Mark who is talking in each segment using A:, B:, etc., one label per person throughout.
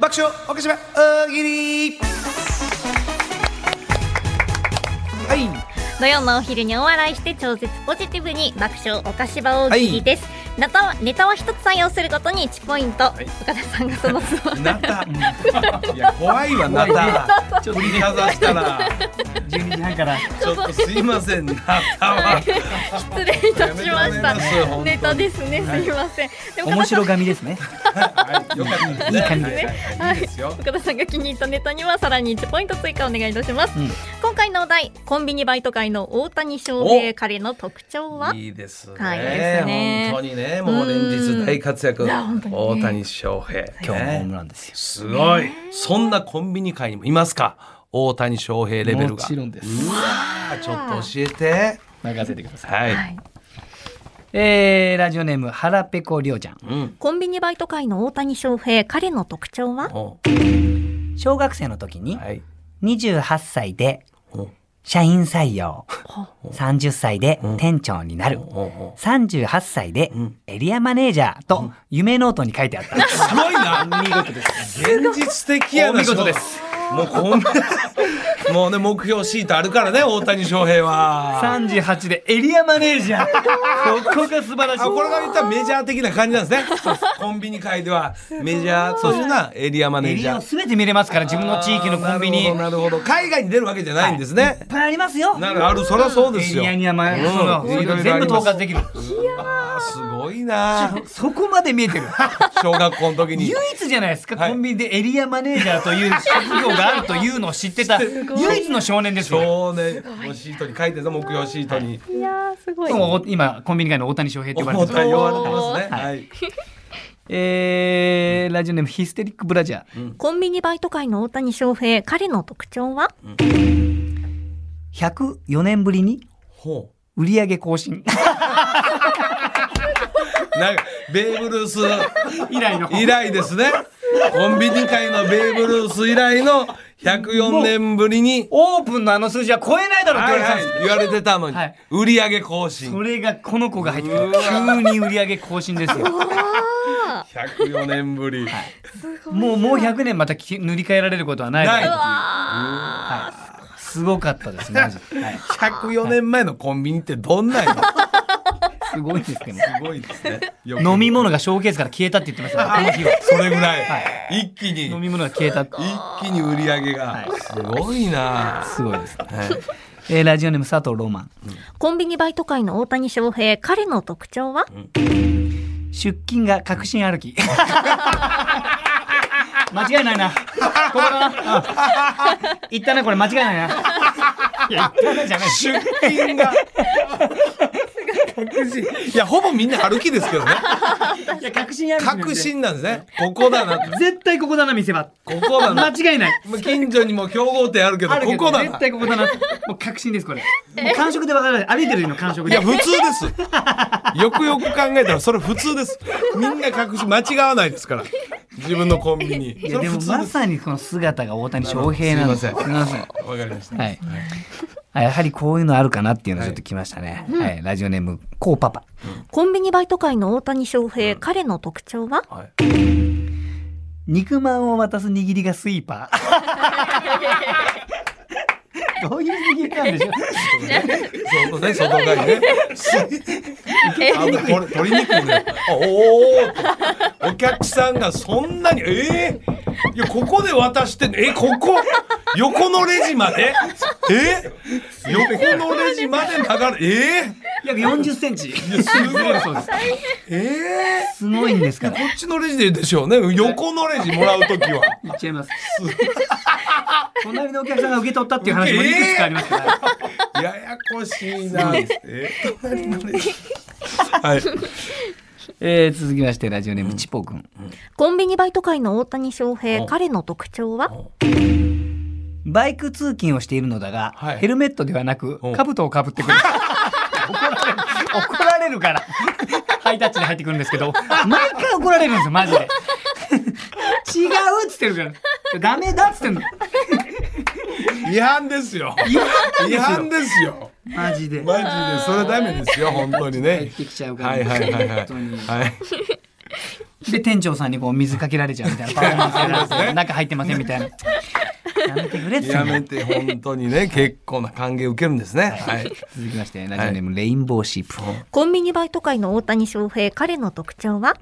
A: 爆笑おかしば大喜利はい
B: 土曜のお昼にお笑いして超絶ポジティブに爆笑おかしば大喜利です、ネタはネタは一つ採用するごとに1ポイント、岡田さんがその都度
A: なたいや怖いわなたちょっと振りかざしたら
C: 12時半から
A: ちょっとすいませんなたは
B: 失礼いたしまし
A: や
B: た
A: めてもらえます本当に
B: ネタですねすいません、で
C: 面白髪ですね
A: はいよかったですね
C: いい感じ
A: はいはい
B: はい
A: いいですよ
B: 岡田さんが気に入ったネタにはさらに1ポイント追加お願いいたします、
C: うん
B: 今回のお題コンビニバイト会の大谷翔平彼の特徴はい
A: いですね,、
B: はいいいですね
A: 本当にねもう連日大活躍
B: うんいや本当にね
A: 大谷翔平
C: 今日もホーム
A: ね
C: ランですよ
A: すごいそんなコンビニ界にもいますか大谷翔平レベルが
C: もちろんです
A: うわーちょっと教えて
C: 任せてください
A: はい、
B: はい
C: えー、ラジオネームはらぺこりょうちゃん
A: うん
B: コンビニバイト会の大谷翔平彼の特徴は
A: お
C: 小学生の時に
A: はい
C: 28歳で
A: お
C: 社員採用
B: ほ
C: 30歳で店長になる
A: おお
C: 38歳で
A: ん
C: エリアマネージャーと夢ノートに書いてあった
A: すごいな。見事です。現実的やな。
C: お見事です。
A: もうこんもうね目標シートあるからね大谷翔平は。
C: 38でエリアマネージャー ここが素晴らしい
A: あこれが言ったらメジャー的な感じなんですね。コンビニ界ではメジャーそういうなエリアマネ
C: エ
A: ージ
C: リア
A: ャ
C: を
A: ー。
C: 全て見れますから自分の地域のコンビニい
A: あーなるほどなるほど。海外に出るわけじゃないんですね
C: っ。ぱいありますよ
A: なるあるそりゃそうですよ。
C: エリアにはまあ
A: うん
C: その
A: いろいろあります
C: 全部統括できる
A: あーすごいな。
C: そこまで見 えてる
A: 小学校の時に
C: 唯。一じゃないですか、
A: はい
C: コンビニでエリアマネージャーという職業があるというのを 知ってた唯一の少年ですよ
A: 少年のシートに書いてた目標シートに。
B: いやーすごい
C: もう今コンビニ界の大谷翔平って
A: お
C: 呼ばれてる
A: 互い弱ってますね。
C: はい
A: はい。
C: えー、ラジオネームヒステリックブラジャー
B: コンビニバイト会の大谷翔平彼の特徴は
C: 104年ぶりに
A: ほう。
C: 売り上げ更
A: な
C: 新
A: んかベーブ・ルース
C: 以来の
A: 以来ですねコンビニ界のベーブ・ルース以来の104年ぶりに、
C: オープンのあの数字は超えないだろうって
A: は
C: 言わ
A: い
C: れてたん
A: はい、言われてたの
C: ですよ
A: に、
C: はい
A: 売り上げ更
C: そ
A: 新
C: れがこの子が入ってくる急に売り上げ更 新ですよ
A: 104年ぶり、
C: もうもう100年またき塗り替えられることはない
A: ない
C: はい、すごかったですねマジで、はい、
A: 104年前のコンビニってどんなんやろ
C: すごいですけど
A: すごいですねよく
C: 飲み物がショーケースから消えたって言ってましたねこの日は
A: それぐらい、
C: は
A: 一気に
C: 飲み物が消えたって
A: 一気に売り上げが、
C: はい
A: すごいな、
C: すごいですね、
A: はい
C: えーラジオネーム佐藤ロマン
B: コンビニバイト会の大谷翔平彼の特徴は
C: 出勤が確信歩 き間違いないなここだなうん行ったなこれ間違いないないや行ったなじゃない
A: 出勤が 確信いやほぼみんな歩きですけどね
C: いや確信歩きなんで
A: 確信なんですねここだなと
C: 絶対ここだな見せ場
A: ここだな
C: 間違いない
A: まあ近所にも競合店あるけど、
C: あるけ
A: こ
C: ど
A: こだ
C: 絶
A: な。
C: 対ここだなもう確信ですこれもう感触でわからない歩いてる時の感触
A: い
C: で
A: や、普通です。よくよく考えたら、それ普通です。みんな隠し、間違わないですから。自分のコンビニ。
C: い
A: そ
C: や
A: れ
C: で
A: 普
C: も
A: 通
C: ま
A: です。
C: さにこの姿が大谷翔平なんです
A: すいません
C: ませんは
A: わかりました。
C: いあやはりこういうのあるかなっていうのちょっときましたね、はいラジオネームこうパパ
B: コンビニバイト会の大谷翔平彼の特徴は
A: はい
C: 肉まんを渡す握りがスイー パーどういう握りなんでしょう
A: そうね、外側にね。あの、これ、鶏肉もね。あおお。お客さんがそんなに、ええいや、ここで渡してんの、え、ここ。横のレジまで。え横のレジまで曲がる、え
C: 約40センチ
A: えいや、すごい。
C: そうです
A: ええ
C: すごいんですから
A: こっちのレジででしょうね。横のレジもらうときは。
C: いっちゃいます 隣のお客さんが受け取ったっていう話もいくつかありますから、
A: ややこしいな。えー隣のレジ。はい。
C: えー続きましてラジオネームちぽくん
B: コンビニバイト会の大谷翔
A: お
B: 平彼の特徴は
C: バイク通勤をしているのだが、
A: はい
C: ヘルメットではなく
A: うん
C: 兜をかぶってく る怒られる怒られるからハイタッチで入ってくるんですけど毎回怒られるんですよマジで違うっつってるからダメだっつってんの
A: 違反ですよ。違反ですよ。
C: マジで
A: マジでそれダメですよ。本当にね
C: 帰ってきちゃう。から
A: はいはいはいはい
C: 本当に。
A: はい。
C: で店長さんにこう水かけられちゃうみ たいなパフォーマンスやられて中入ってませんみたいなやめてくれって
A: やめて本当にね結構な歓迎受けるんですね。はい。
C: 続きましてラジオネームレインボーシープ、
B: コンビニバイト会の大谷翔平彼の特徴は、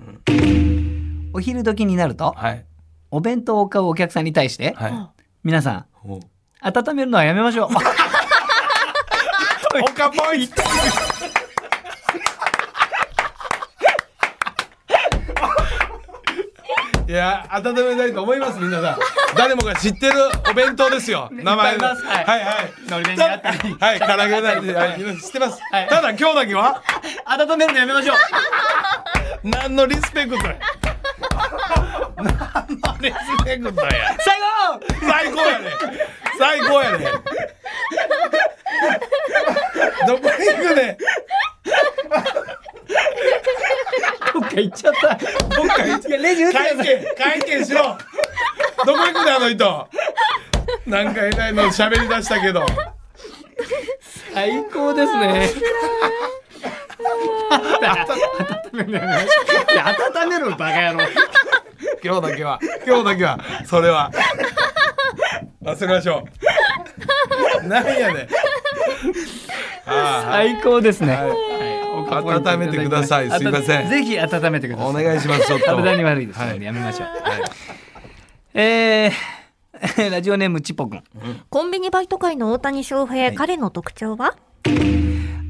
C: お昼時になると
A: はい。
C: お弁当を買うお客さんに対して、
A: は
C: 皆さん
A: い。お
C: 温めるのはやめましょう
A: かぽい。いや温めたいと思います皆さん誰もが知ってるお弁当ですよ名前
C: いっ
A: の
C: ぱいいます
A: は
C: はいい
A: はい
C: のり弁
A: た
C: だったり
A: はい唐揚げだっ てはい皆さん知ってます
C: はい
A: ただ今日だけは
C: 温めるのやめましょう
A: 何のリスペクトや何のリスペクトや
C: 最後
A: 最高やね最高やねどこ行くね
C: どっか行っちゃったどっか行っちゃったレジ打って
A: 会
C: ください
A: 見会見しろどこ行くねあの人なんか偉いの喋り出したけど
C: 最高ですね。温めるのやめましょういや温めるのバカ野郎。
A: 今日だけは今日だけはそれは忘れましょうなんやねんあ
C: 最高ですね。
A: い温めてくださいすいません
C: ぜひ温めてくだ
A: あ
C: さい。
A: お願いしますちょっと
C: 体に悪いです
A: は
C: の
A: い
C: でやめましょう。えー ラジオネームちっぽくん。
B: コンビニバイト会の大谷翔平、彼の特徴は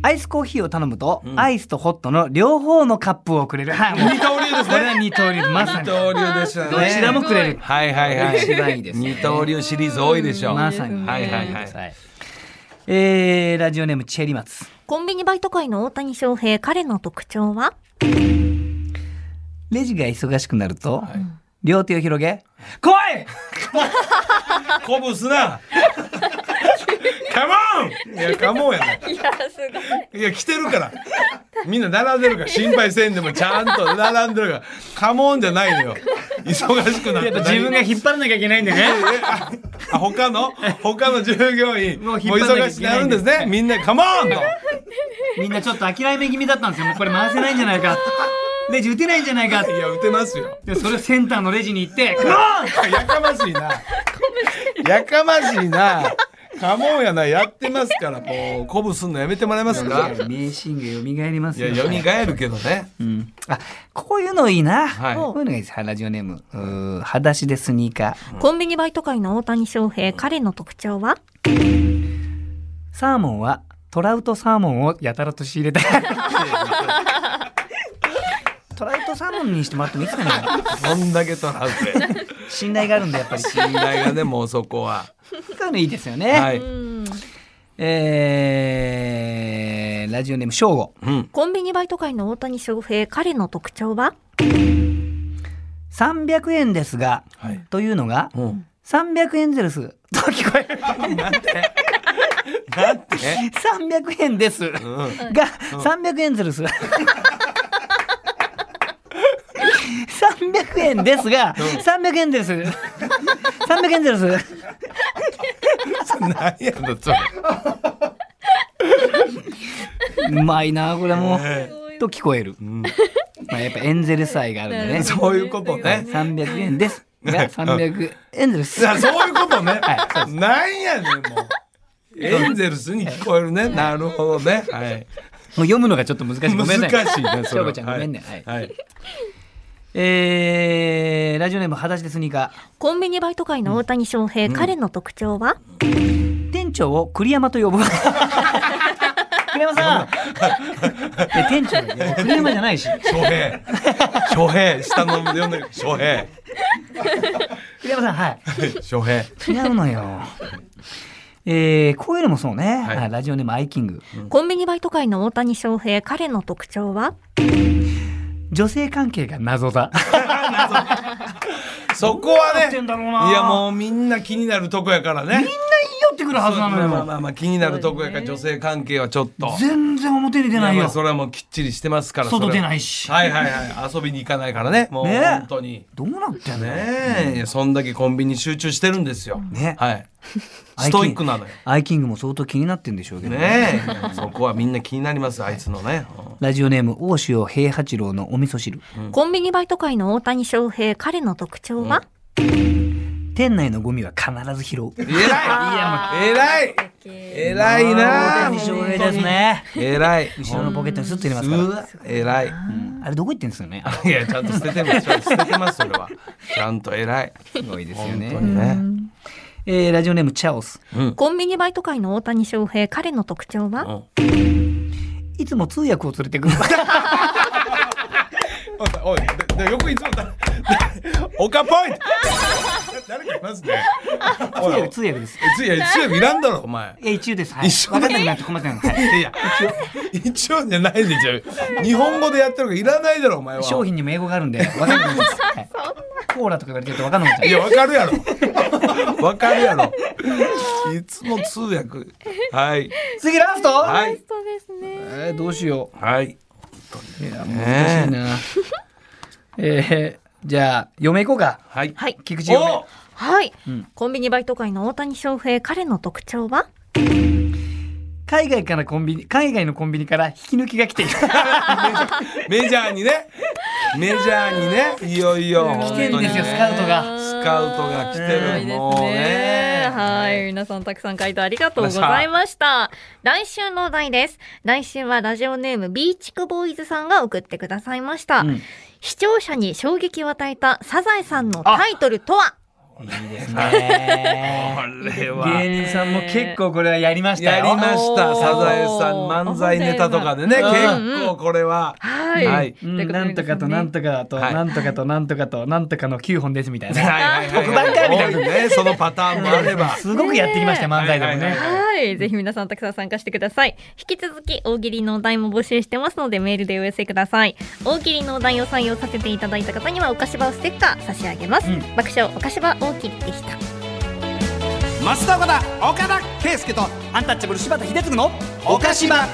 C: アイスコーヒーを頼むと、アイスとホットの両方のカップをくれ る。はい、もう
A: 二刀流です
C: これは
A: ね
C: 二刀流まさ
A: 二
C: に。ど
A: 刀流でしたね
C: ちらもくれる。
A: はいはいはい
C: 一番いいですね
A: 二刀流シリーズ多いでしょう
C: まさに。
A: はいはいはい
C: はい。えーラジオネームチェリマツ。
B: コンビニバイト会の大谷翔平彼の特徴は
C: レジが忙しくなると、両手を広げ、来い
A: 鼓舞すなカモンいやカモンやね
B: いやすごい
A: いや来てるからみんな並んでるから心配せんでもちゃんと並んでるからカモンじゃないのよ忙しくなって
C: 自分が引っ張らなきゃいけないんだね。
A: あ他の他の従業員も
C: も
A: う
C: う引っ張らなきゃ
A: 忙
C: い
A: しく
C: け
A: な
C: ない
A: るん
C: ん
A: で
C: ですす
A: ねみんなカモンと
C: みんなちょっと諦め気味だったんですよ。もうこれ回せないんじゃないか。レジ打てないんじゃないか。
A: いや打てますよ
C: で、それをセンターのレジに行って、カモン
A: やかましいなやかましいなカモンやなやってますからもう鼓舞すんのやめてもらえますか
C: 名シーンが蘇りま
A: い
C: す
A: や
C: よ。
A: 蘇るけどね
C: うんあ、こういうのいいな。
A: はい
C: こういうのがいいです。ラジオネーム、うー裸足でスニーカー。
B: コンビニバイト会の大谷翔平彼の特徴は
C: サーモンは、トラウトサーモンをやたらと 仕入れた。トラウトサーモンにしてもらってもいいですかね。
A: こんだけ取らんて
C: 信頼があるんで、やっ ぱり。
A: 信頼がねもうそこは
C: こういうのいいですよね。
A: はい
B: うん
C: えーラジオネーム正吾
A: うん
B: コンビニバイト会の大谷翔平彼の特徴は
C: 300円ですが、
A: はい
C: というのが
A: うん
C: 300円ゼルスと聞こえる
A: なんてなんて
C: 300円です、
A: うん
C: が300円ゼルス300円ですが、300円です。300円ゼルス。
A: 何やのそれ
C: うまいな、これも
A: え
C: う。と聞こえる。
A: ん
C: まあ、やっぱエンゼルス愛があるんでね。
A: そういうことね
C: 300円です。が、300円ゼル
A: い
C: ス。
A: やそういうことね
C: はいそう
A: なんやねんもうエンゼルスに聞こえるねなるほどねはい
C: もう読むのがちょっと難しい。ごめんなさい。
A: 難しいねそれ
C: 翔
A: は
C: 子ちゃんごめんね。はい。
A: はい
C: えー、ラジオネーム、裸足でスニーカ
B: コンビニバイト会の大谷翔平、彼の特徴は
C: ー。店長を栗山と呼ぶ。 栗山さん。え、店長 だよ。栗山じゃないし。
A: 翔平翔平下の呼んでる翔平
C: 栗山さん、 はい。
A: 翔平
C: 違うのよ。えー、こういうのもそうね。
A: はい
C: はいラジオネーム、アイキング。
B: コンビニバイト会の大谷翔平彼の特徴は
C: 女性関係が 謎だ。
A: そこは
C: どうなって
A: ね
C: んだろうない
A: やもうみんな気になるとこやからね
C: みんないいよってくくるはずなの
A: まあまあ
C: よ。
A: まあまあ気になるとこやから女性関係はちょっと。
C: 全然表に出ない
A: いやま
C: よ。
A: あそれはもうきっちりしてますから。
C: 外
A: それ
C: 出ないし
A: はいはいはい。遊びに行かないからね。もう
C: ねえ
A: 本当に。
C: どうなってんの
A: ねえ、いやそんだけコンビニ集中してるんですよ。
C: ね
A: はい。 ストイックなのよ。
C: アイキングも相当気になってんでしょうけどね。
A: ねえ、そこはみんな気になります、あいつの ね。
C: ラジオネーム、大塩平八郎のお味噌汁。
B: コンビニバイト界の大谷翔平、彼の特徴は、
C: 店内のゴミは必ず拾う。
A: 偉い偉い偉いな
C: 大谷翔平ですね。
A: 偉い。
C: 後ろのポケットにスッと入れますから。
A: うわ、偉い。
C: あれどこ行ってんですよね。
A: いや、ちゃんと捨ててます、捨ててます、それは。ちゃんと偉い。
C: すごいですよ
A: 本当
C: ね。
A: にね。
C: えー、ラジオネームチャオス。
B: コンビニバイト界の大谷翔平、彼の特徴は、
C: いつも通訳を連れてくる。
A: おい、ででよくいつもだ。 おかぽい。 誰かいますね。
C: 通
A: おい
C: 訳、通訳です。
A: いや、一応いらんだろ、お前。
C: いや、一応です。はい。
A: 一緒
C: 分かんなくなって困ってないの。 はい
A: いやいや、一応じゃないでしょ。日本語でやってるからいらないだろ、お前は。
C: 商品にも英語があるんで、分かんなくなっちゃい ます。はいコーラとか言われてると分かんなくなっちゃう
A: い。や、わかるやろ。 わかるやろ。いつも通訳。はい。
C: 次ラスト、
A: はい。
B: そうですね。
C: えーどうしよ
A: はい。
C: ういや難しいな、えーじゃあ嫁いこうか
A: はい。
B: はい。
C: 菊池嫁
A: お
B: はい、コンビニバイト界の大谷翔平、彼の特徴は
C: 海外からコンビニ海外のコンビニから引き抜きが来 ている
A: メジャーにね。メジャーにね。いよいよ。
C: 来てるんです
A: 本当にね
C: よスカウトが
A: スカウトが来て
B: すご
A: る。
B: いです
A: もう
B: ね
A: ね。。
B: はい。皆さんたくさん回答ありがとうございました。来週のお題です。来週はラジオネームビーチクボーイズさんが送ってくださいました。
C: ん
B: 視聴者に衝撃を与えたサザエさんのタイトルとは
A: こ
C: ね
A: れは。
C: 芸人さんも結構これはやりました
A: や
C: よ
A: りました。
B: おー
A: サザエさん漫才ネタとかでね。
C: うん
A: 結構これは。
B: はい。
A: はい
C: うんなんとかとなん
B: と
C: とかと
A: はい
C: なんとかとなんとかとなんとかの9本ですみたい
A: はい
C: な
A: はいはい
C: 特番かみたいな
A: 多ね。そのパターンもあれば。
C: すごくやってきましたよ漫才でも
A: はいはい
C: ね
A: は
B: はい。ぜひ皆さんたくさん参加してください。引き続き大喜利のお題も募集してますのでメールでお寄せください。大喜利のお題を採用させていただいた方にはお菓子場をステッカー差し上げます。
C: うん
B: 爆笑お菓子場大喜利でした。
A: 増田岡田、岡田圭介と。
C: アンタッチャブル柴田秀嗣のおかしば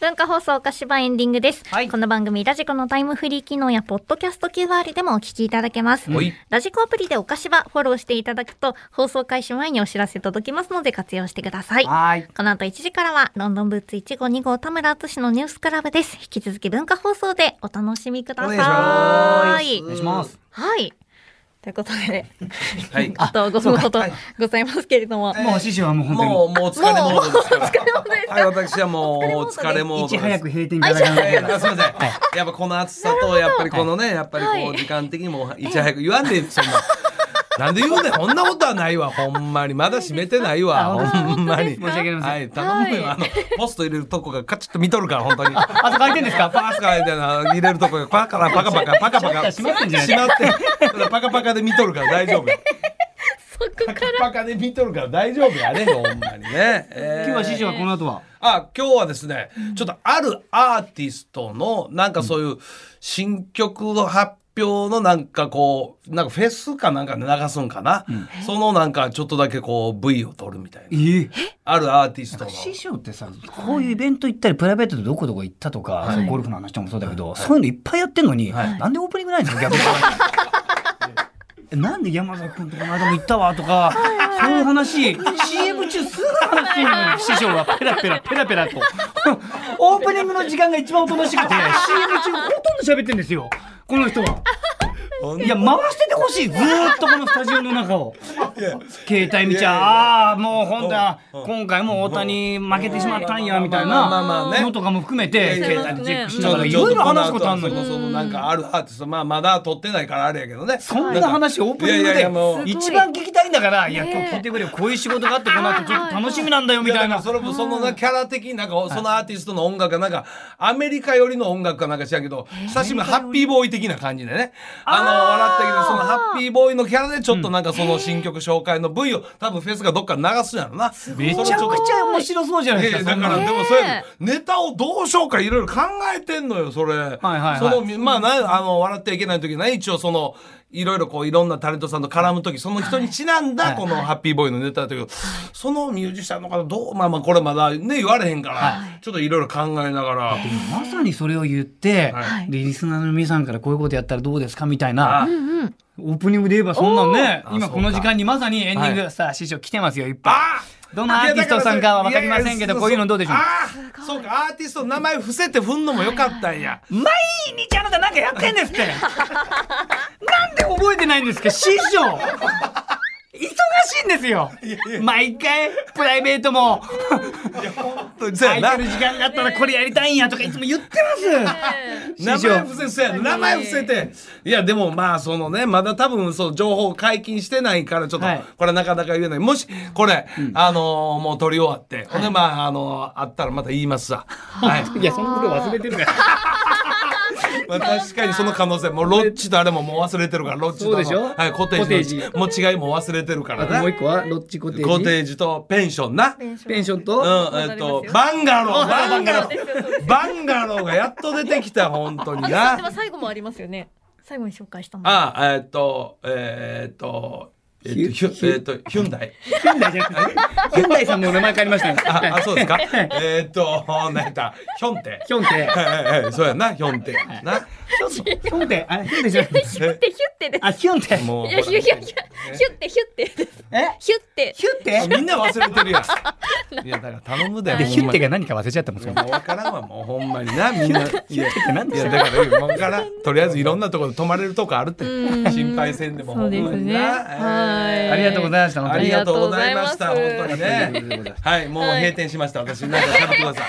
B: 文化放送お菓子場エンディングです、
C: はい
B: この番組ラジコのタイムフリー機能やポッドキャスト QR でもお聞きいただけます、
A: はい
B: ラジコアプリでお菓子場フォローしていただくと放送開始前にお知らせ届きますので活用してください
C: はい
B: この後1時からはロンドンブーツ152号田村敦のニュースクラブです引き続き文化放送でお楽しみくださ
A: お
B: い
A: 願
C: お願いします
B: はいということで、
A: はい
B: あと5分ほどございますけれども、
C: もう師匠はもう本当に
A: もう、もうお疲れモードですから。
B: モードですか
A: はい、私はもう、お疲れモード
C: い
A: です。
C: ち早く閉店いただかな
A: え
C: い
A: ーあすみません、やっぱこの暑さとやっぱりこのねやっぱりこ
B: は
A: う
B: い
A: 時間的にもいち早く言わん でそんな。なんで言うねんこんなことはないわほんまにまだ閉めてないわ
C: あ
A: ほんまに
C: 本当ですか申し訳ありません
A: はい頼むよ、
B: はい
A: あのポスト入れるとこがカチッと見とるから本当に
C: あそこ開いてんですか
A: パースカーみたいな入れるとこがパカパカパカパカパカ
C: 閉まってんじゃない
A: 閉まってただパカパカで見とるから大丈夫
B: そこか
A: パ
B: ら
A: カパカで見とるから大丈夫やねほんまにね、えー
C: 今日は師匠はこの後は
A: あ今日はですね、ちょっとあるアーティストのなんかそういう新曲の発表のなんかこうなんかフェスかなんかで流すんかな、そのなんかちょっとだけこう V を取るみたいな
C: え
A: あるアーティストの
C: 師匠ってさこういうイベント行ったりプライベートでどこどこ行ったとか、そのゴルフの話とかもそうだけど、そういうのいっぱいやってんのに、
A: はい
C: なんでオープニングないんです か逆に。えなんで山崎君とこの間も行ったわとか、そういう話 CM 中すぐ話するのに師匠がペラペラペラペラと オープニングの時間が一番おとなしく て CM 中ほとんど喋ってんですよこの人は。いや回しててほし いずーっとこのスタジオの中を携帯見ちゃああーもう本田今回も大谷負けてしまったんやみたい
A: まあまあまあまあ
C: な
A: ね
C: のとかも含めて携帯でチェックし
A: ち
C: な
A: ょっ
C: がら
A: と
C: い
A: ちょ
C: ろ
A: っ
C: い
A: と
C: ろ
A: この
C: 話す
A: 後
C: ことあんの
A: その
C: に
A: そのなんかあるアーティストまあまだ取ってないからあれやけどね
C: そんな話オープニング
A: いやいやい
C: で
A: やもう
C: 一番聞きたいんだからいや
B: ね
C: 今日聞いてくれよこういう仕事 があってこの後ちょっと楽しみなんだよみ
A: み
C: た
A: た
C: い
A: い
C: な
A: なそれもそのなキャラ的になんかそのアーティストの音楽がなんかアメリカ寄りの音楽かなんか知らんけど久しぶりにハッピーボーイ的な感じでねあの笑ったけどそのハッピーボーイのキャラでちょっとなんかその新曲紹介の V を多分フェスがどっかで流すんやろな
C: めちゃくちゃ面白そうじゃない
A: え
C: で
A: え
C: すか
A: だ
C: そん
A: か
C: な
A: ら
C: の
A: でも
B: ね
A: そうやけどネタをどうしようかいろいろ考えてんのよそれ。はい
C: はいはい
A: そのまあなあの笑ってはいけない時ね一応そのいろいろこういろんなタレントさんと絡む時その人にちな選んだこのハッピーボーイのネタだけど、そのミュージシャンの方どうまあまあこれまだね言われへんから、ちょっといろいろ考えながら、
C: まさにそれを言って、
A: はい
C: でリスナーの皆さんからこういうことやったらどうですかみたいな、
A: あ
B: うんうん。
C: オープニングで言えばそんなんね
A: おーあ
C: 今この時間にまさにエンディング、
A: は
C: さあ師匠来てますよいっぱ
A: あ
C: いどのアーティストさんかは分かりませんけどこういうのどうでしょう
A: うそうかアーティストの名前伏せて踏んのもよかったんや
C: 毎日あなたなんかやってんですってなんで覚えてないんですか師匠忙しいんですよ毎回プライベートも
A: そう
C: 空
A: や
C: いて
A: な
C: る時間があったらこれやりたいんやとかいつも言ってま
A: 名
C: す師
A: 前
C: 匠
A: 伏せそうやな名前伏せていやでもまあそのねまだ多分そう情報解禁してないからちょっと
C: はい
A: これなかなか言えないもしこれあのーもう撮り終わってほんでまああのーあったらまた言います わはい
C: いやそのこと忘れてるから
A: まあ確かにその可能性もうロッチとあれももう忘れてるからロッチとあの
C: そうでしょ
A: はいコテージの
C: コ
A: もう違いも忘れてるから
C: あ
A: な
C: ともう一
A: コ
C: 個はロッチコテージ
A: テージとペンションな
C: ペンション
A: う
C: と、
A: んえっと
B: わかりますよ
A: バンガローバ
B: バ
A: ン
B: ンガ
A: ガ
B: ロ
A: ロ
B: ー
A: ー
B: ですよそうです
A: バンガローがやっと出てきた本当にな
B: でも最後もありますよね。最後に紹介したの。
A: ああ、えーっと、えーっと、えーっと、
C: ヒ
A: ヒ
C: ュ
A: ュ、えーっと、ヒュンダイ。
C: ヒュンダイじゃなくてヒュンダイさんも名前変わりましたね。
A: あ、あ、そうですか。
C: はい
A: えーっと、なんやった、ヒョンテ。
C: ヒョンテ。
A: はいはいはい、そうやな、ヒョンテ。な、
C: ヒョンテ。あ、ヒョンテじゃない。
B: ヒュってヒュってで
C: あ、ヒョンテ。
A: もう。
B: す。いやヒュヒュヒュヒュってヒュってです。
C: え
B: ヒュって。
C: ヒュンテ
A: みんな忘れてるやん。いや、だから頼むで。
C: で、
A: ほんまに
C: ヒュンテが何か忘れちゃったんです
A: いや
C: よ。
A: もう分からんわもうほんまになみんな。いや
C: ヒュンテって何で
A: い
C: し
A: や
C: た
A: だから今からんとりあえずいろんなところで泊まれるとこあるって
B: うん
A: 心配せんでも
B: そ
A: ほ
B: うんで
A: ますに
B: ね。
A: な。えー
B: は
C: ありがとうございました本
A: あ
C: 当
A: り
C: に
A: がとうございました
B: あ
A: 本
B: りがとうご
A: 当
B: ざいます
A: にね。はいもう閉店しました私なんか喋ってください。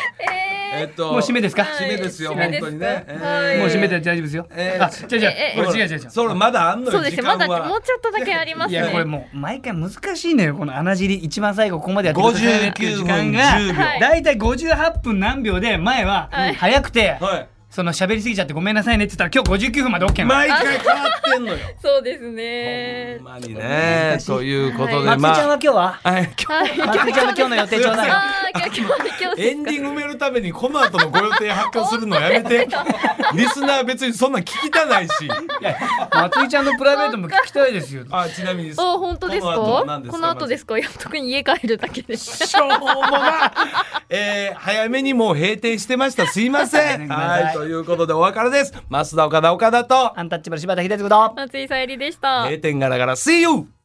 A: えっと
C: もう締めですか
A: 締めですよ
B: はい
A: 本当に
B: 締め
A: ね
B: です。かはい
C: もう閉めて大丈夫ですよ。
A: えー
C: あ、じゃじゃ、
B: え
C: こ
A: ほら
C: れ違う違う違う。
A: それまだあんの
B: そ
A: よ
B: うです
A: 時
B: よ。ま
A: 間
B: だも
A: は
B: う。ちょっとだけあります
C: い
B: ね。
C: やこれもう毎回難しいのよこの穴尻一番最後ここまでやってくださいねっていう時
A: 59
C: 間
A: 分
C: が
A: 10
B: は
A: 秒。
B: い
C: だいたい58分何秒で前は
B: はい
C: 早くて
A: はい。
C: その喋りすぎちゃってごめんなさいねって言ったら今日59分まで OK なの
A: 毎回変わってんのよ。
B: そうです
A: ほ
B: ね
A: ん。まにね。ということで
C: 松井ちゃん
A: ま
C: は今日は
A: あはい今
B: はい。
C: 松井ちゃんの今日の予定ちょうだ い
B: ああ今日今日今日
A: 日エンディング埋めるためにこの後のご予定発表するの やめて。リスナー別にそんなん聞きたないし。
C: いや松井ちゃんのプライベートも聞きたいですよ
A: あちなみに。
B: あ本当ですか？
A: この後何
B: この後ですか？いや特に家帰るだけです。
A: しょうもな、 えー、早めにもう閉店してましたすいませんはいということでお別れです増田岡田岡田と
C: アンタッチャブル柴田秀嗣と
B: 松井さゆりでした。
A: 閉店ガラガラ See you!